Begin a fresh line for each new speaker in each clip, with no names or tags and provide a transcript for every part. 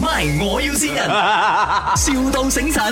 ，My 我要先人，,笑到醒神。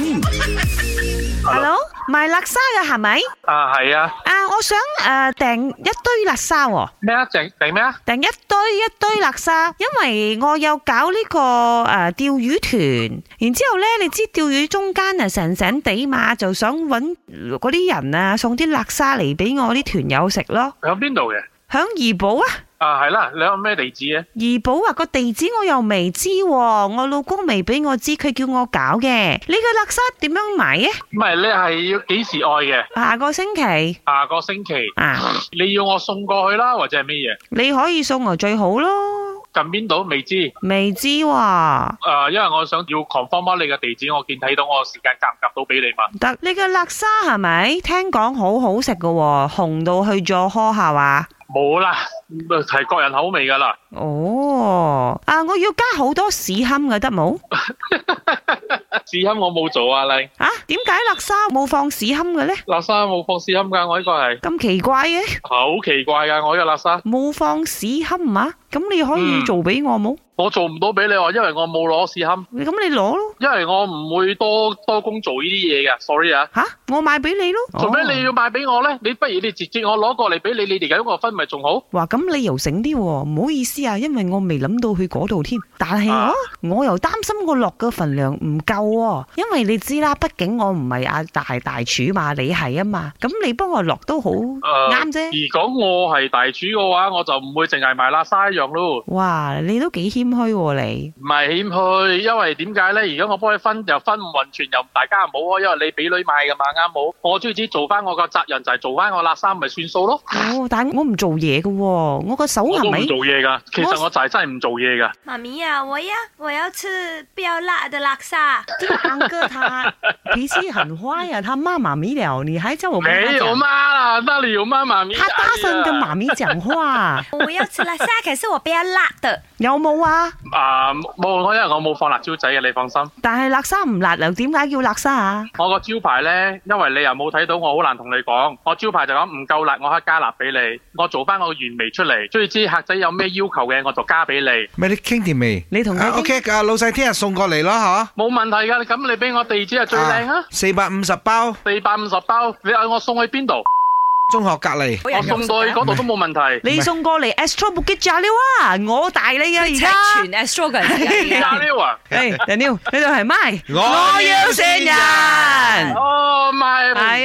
Hello，賣垃圾嘅係咪？
啊，系啊，
啊，我想诶订、訂一堆垃圾喎、
咩啊？定定咩啊？
訂一堆一堆垃圾，因為我有搞呢、個诶钓、魚團，然之后咧，你知釣魚中間啊神神地嘛，就想揾嗰啲人啊送啲垃圾嚟俾我啲團友食咯，
响边度嘅？
響怡寶啊！
啊，系啦，你有咩地址嘅？
怡寶啊，個地址我又未知、喎，我老公未俾我知，佢叫我搞嘅。你嘅垃圾點樣買嘅？
唔系你係要幾時愛嘅？
下個星期
下個星期
啊，
你要我送過去啦，或者係咩嘢？
你可以送我最好咯。
近邊度未知？诶、
未知喎、
因為我想要 confirm 翻你嘅地址，我見睇到我時間夾唔夾到俾你嘛？
得你嘅辣沙係咪？聽講好好食嘅喎，紅到去咗呵下話。
冇啦，係各人口味㗎啦。
哦，啊，我要加好多屎堪嘅得冇？
試音我冇做啊，你
啊，點解辣沙冇放屎堪嘅呢？
垃圾冇放試音㗎，我呢個係
咁奇怪嘅，
好奇怪㗎，我呢個垃圾
冇放屎堪啊？咁你可以
嗯
做俾我冇？
我做唔到俾你，因為我冇攞試音，
咁你攞咯。
因為我唔會多多工做呢啲嘢嘅，sorry 啊。
吓，我買俾你咯。
做咩
哦
你要賣俾我咧？你不如你直接我攞過嚟俾你，你哋咁我分咪仲好？
哇，咁你又醒啲喎，唔好意思啊，因為我未諗到去嗰度添。但係我、
啊
我又擔心我落嘅份量唔夠喎，因為你知啦，畢竟我唔係阿大大廚嘛，你係啊嘛，咁你幫我落都好
啊
啱啫。
如果我係大廚嘅話，我就唔會淨係賣喇沙一樣咯。
哇，你都幾謙虛喎你。
唔係謙虛，因為點解咧？如果我幫你分又分唔勻全，又大家唔好啊開，因為你俾女買嘅嘛，啱冇？我最知做翻我個責任就係做翻我喇沙，咪算數咯。
哦，但係我唔做嘢嘅喎，我個手
啊我
係
都唔
啊咪？
做嘢㗎，其實我就係真係唔做嘢㗎。
妈咪呀、我要我要吃不要辣的拉萨。
这个安 哥他脾氣很壞呀、啊，他罵媽啊咪了，你還叫我跟他
沒有
講
哎媽啦，那裡有媽媽咪。哎
他大聲跟媽咪講 話，
我要吃拉萨，可是我不要辣的。
有冇啊？
啊冇，我因為我冇放辣椒仔嘅，你放心。
但係辣沙唔辣又點解叫辣沙啊？
我個招牌呢，因為你又冇睇到，我好難同你講。我招牌就講唔夠辣，我可以加辣俾你。我做翻我原味出嚟，最知客仔有咩要求嘅，我就加俾你，
咪你傾掂未？
你同佢
啊
傾
OK 啊，老細聽日送過嚟咯，
冇問題㗎。咁你俾我地址係
嗬。
最靚啊！
四百五十包，
四百五十包，你嗌我送去邊度？
中學隔離。
我
我哦送到去嗰度都 冇問題。
你送過嚟 Astro Bukit Jalil 啊，我大你啊而家。
全 s t r o g g
加料啊！
誒 Daniel，呢度係 My，
我要善人
係
哦，咪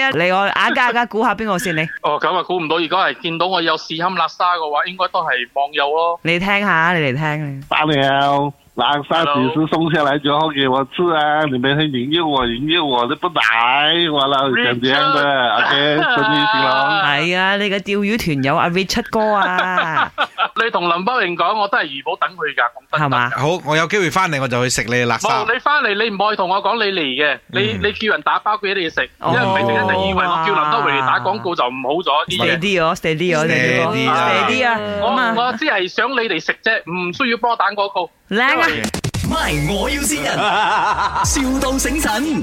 啊，嚟我眼家家估下邊個先你，
哦，咁啊，估唔到，如果係見到我有試堪辣沙嘅話，應該都係網友咯。
你聽下，你嚟聽。
大了，南沙几时送下来之后给我吃啊？你们会引诱我，引诱我都不来，完了想这样的，OK，顺利行龙。
係啊，你嘅釣魚團友阿 Richard 哥啊，
你同林北榮講，我都係怡寶等佢㗎，講真
係嘛？
好，我有機會翻嚟我就去食你嘅垃
冇，
圾。
你翻嚟你唔可以同我講你嚟嘅，你
嗯
你叫人打包俾你食，
哦
因為唔係陣間就以為我叫林德榮嚟打廣告就唔好咗啲
steady
嘢。
啲哦，steady 哦
Steady 啊
，steady à. 啊，
我
咁啊，
我只係想你嚟食啫，唔需要幫我打廣告。
à. 靚啊！
My 我要先人，,笑到醒神。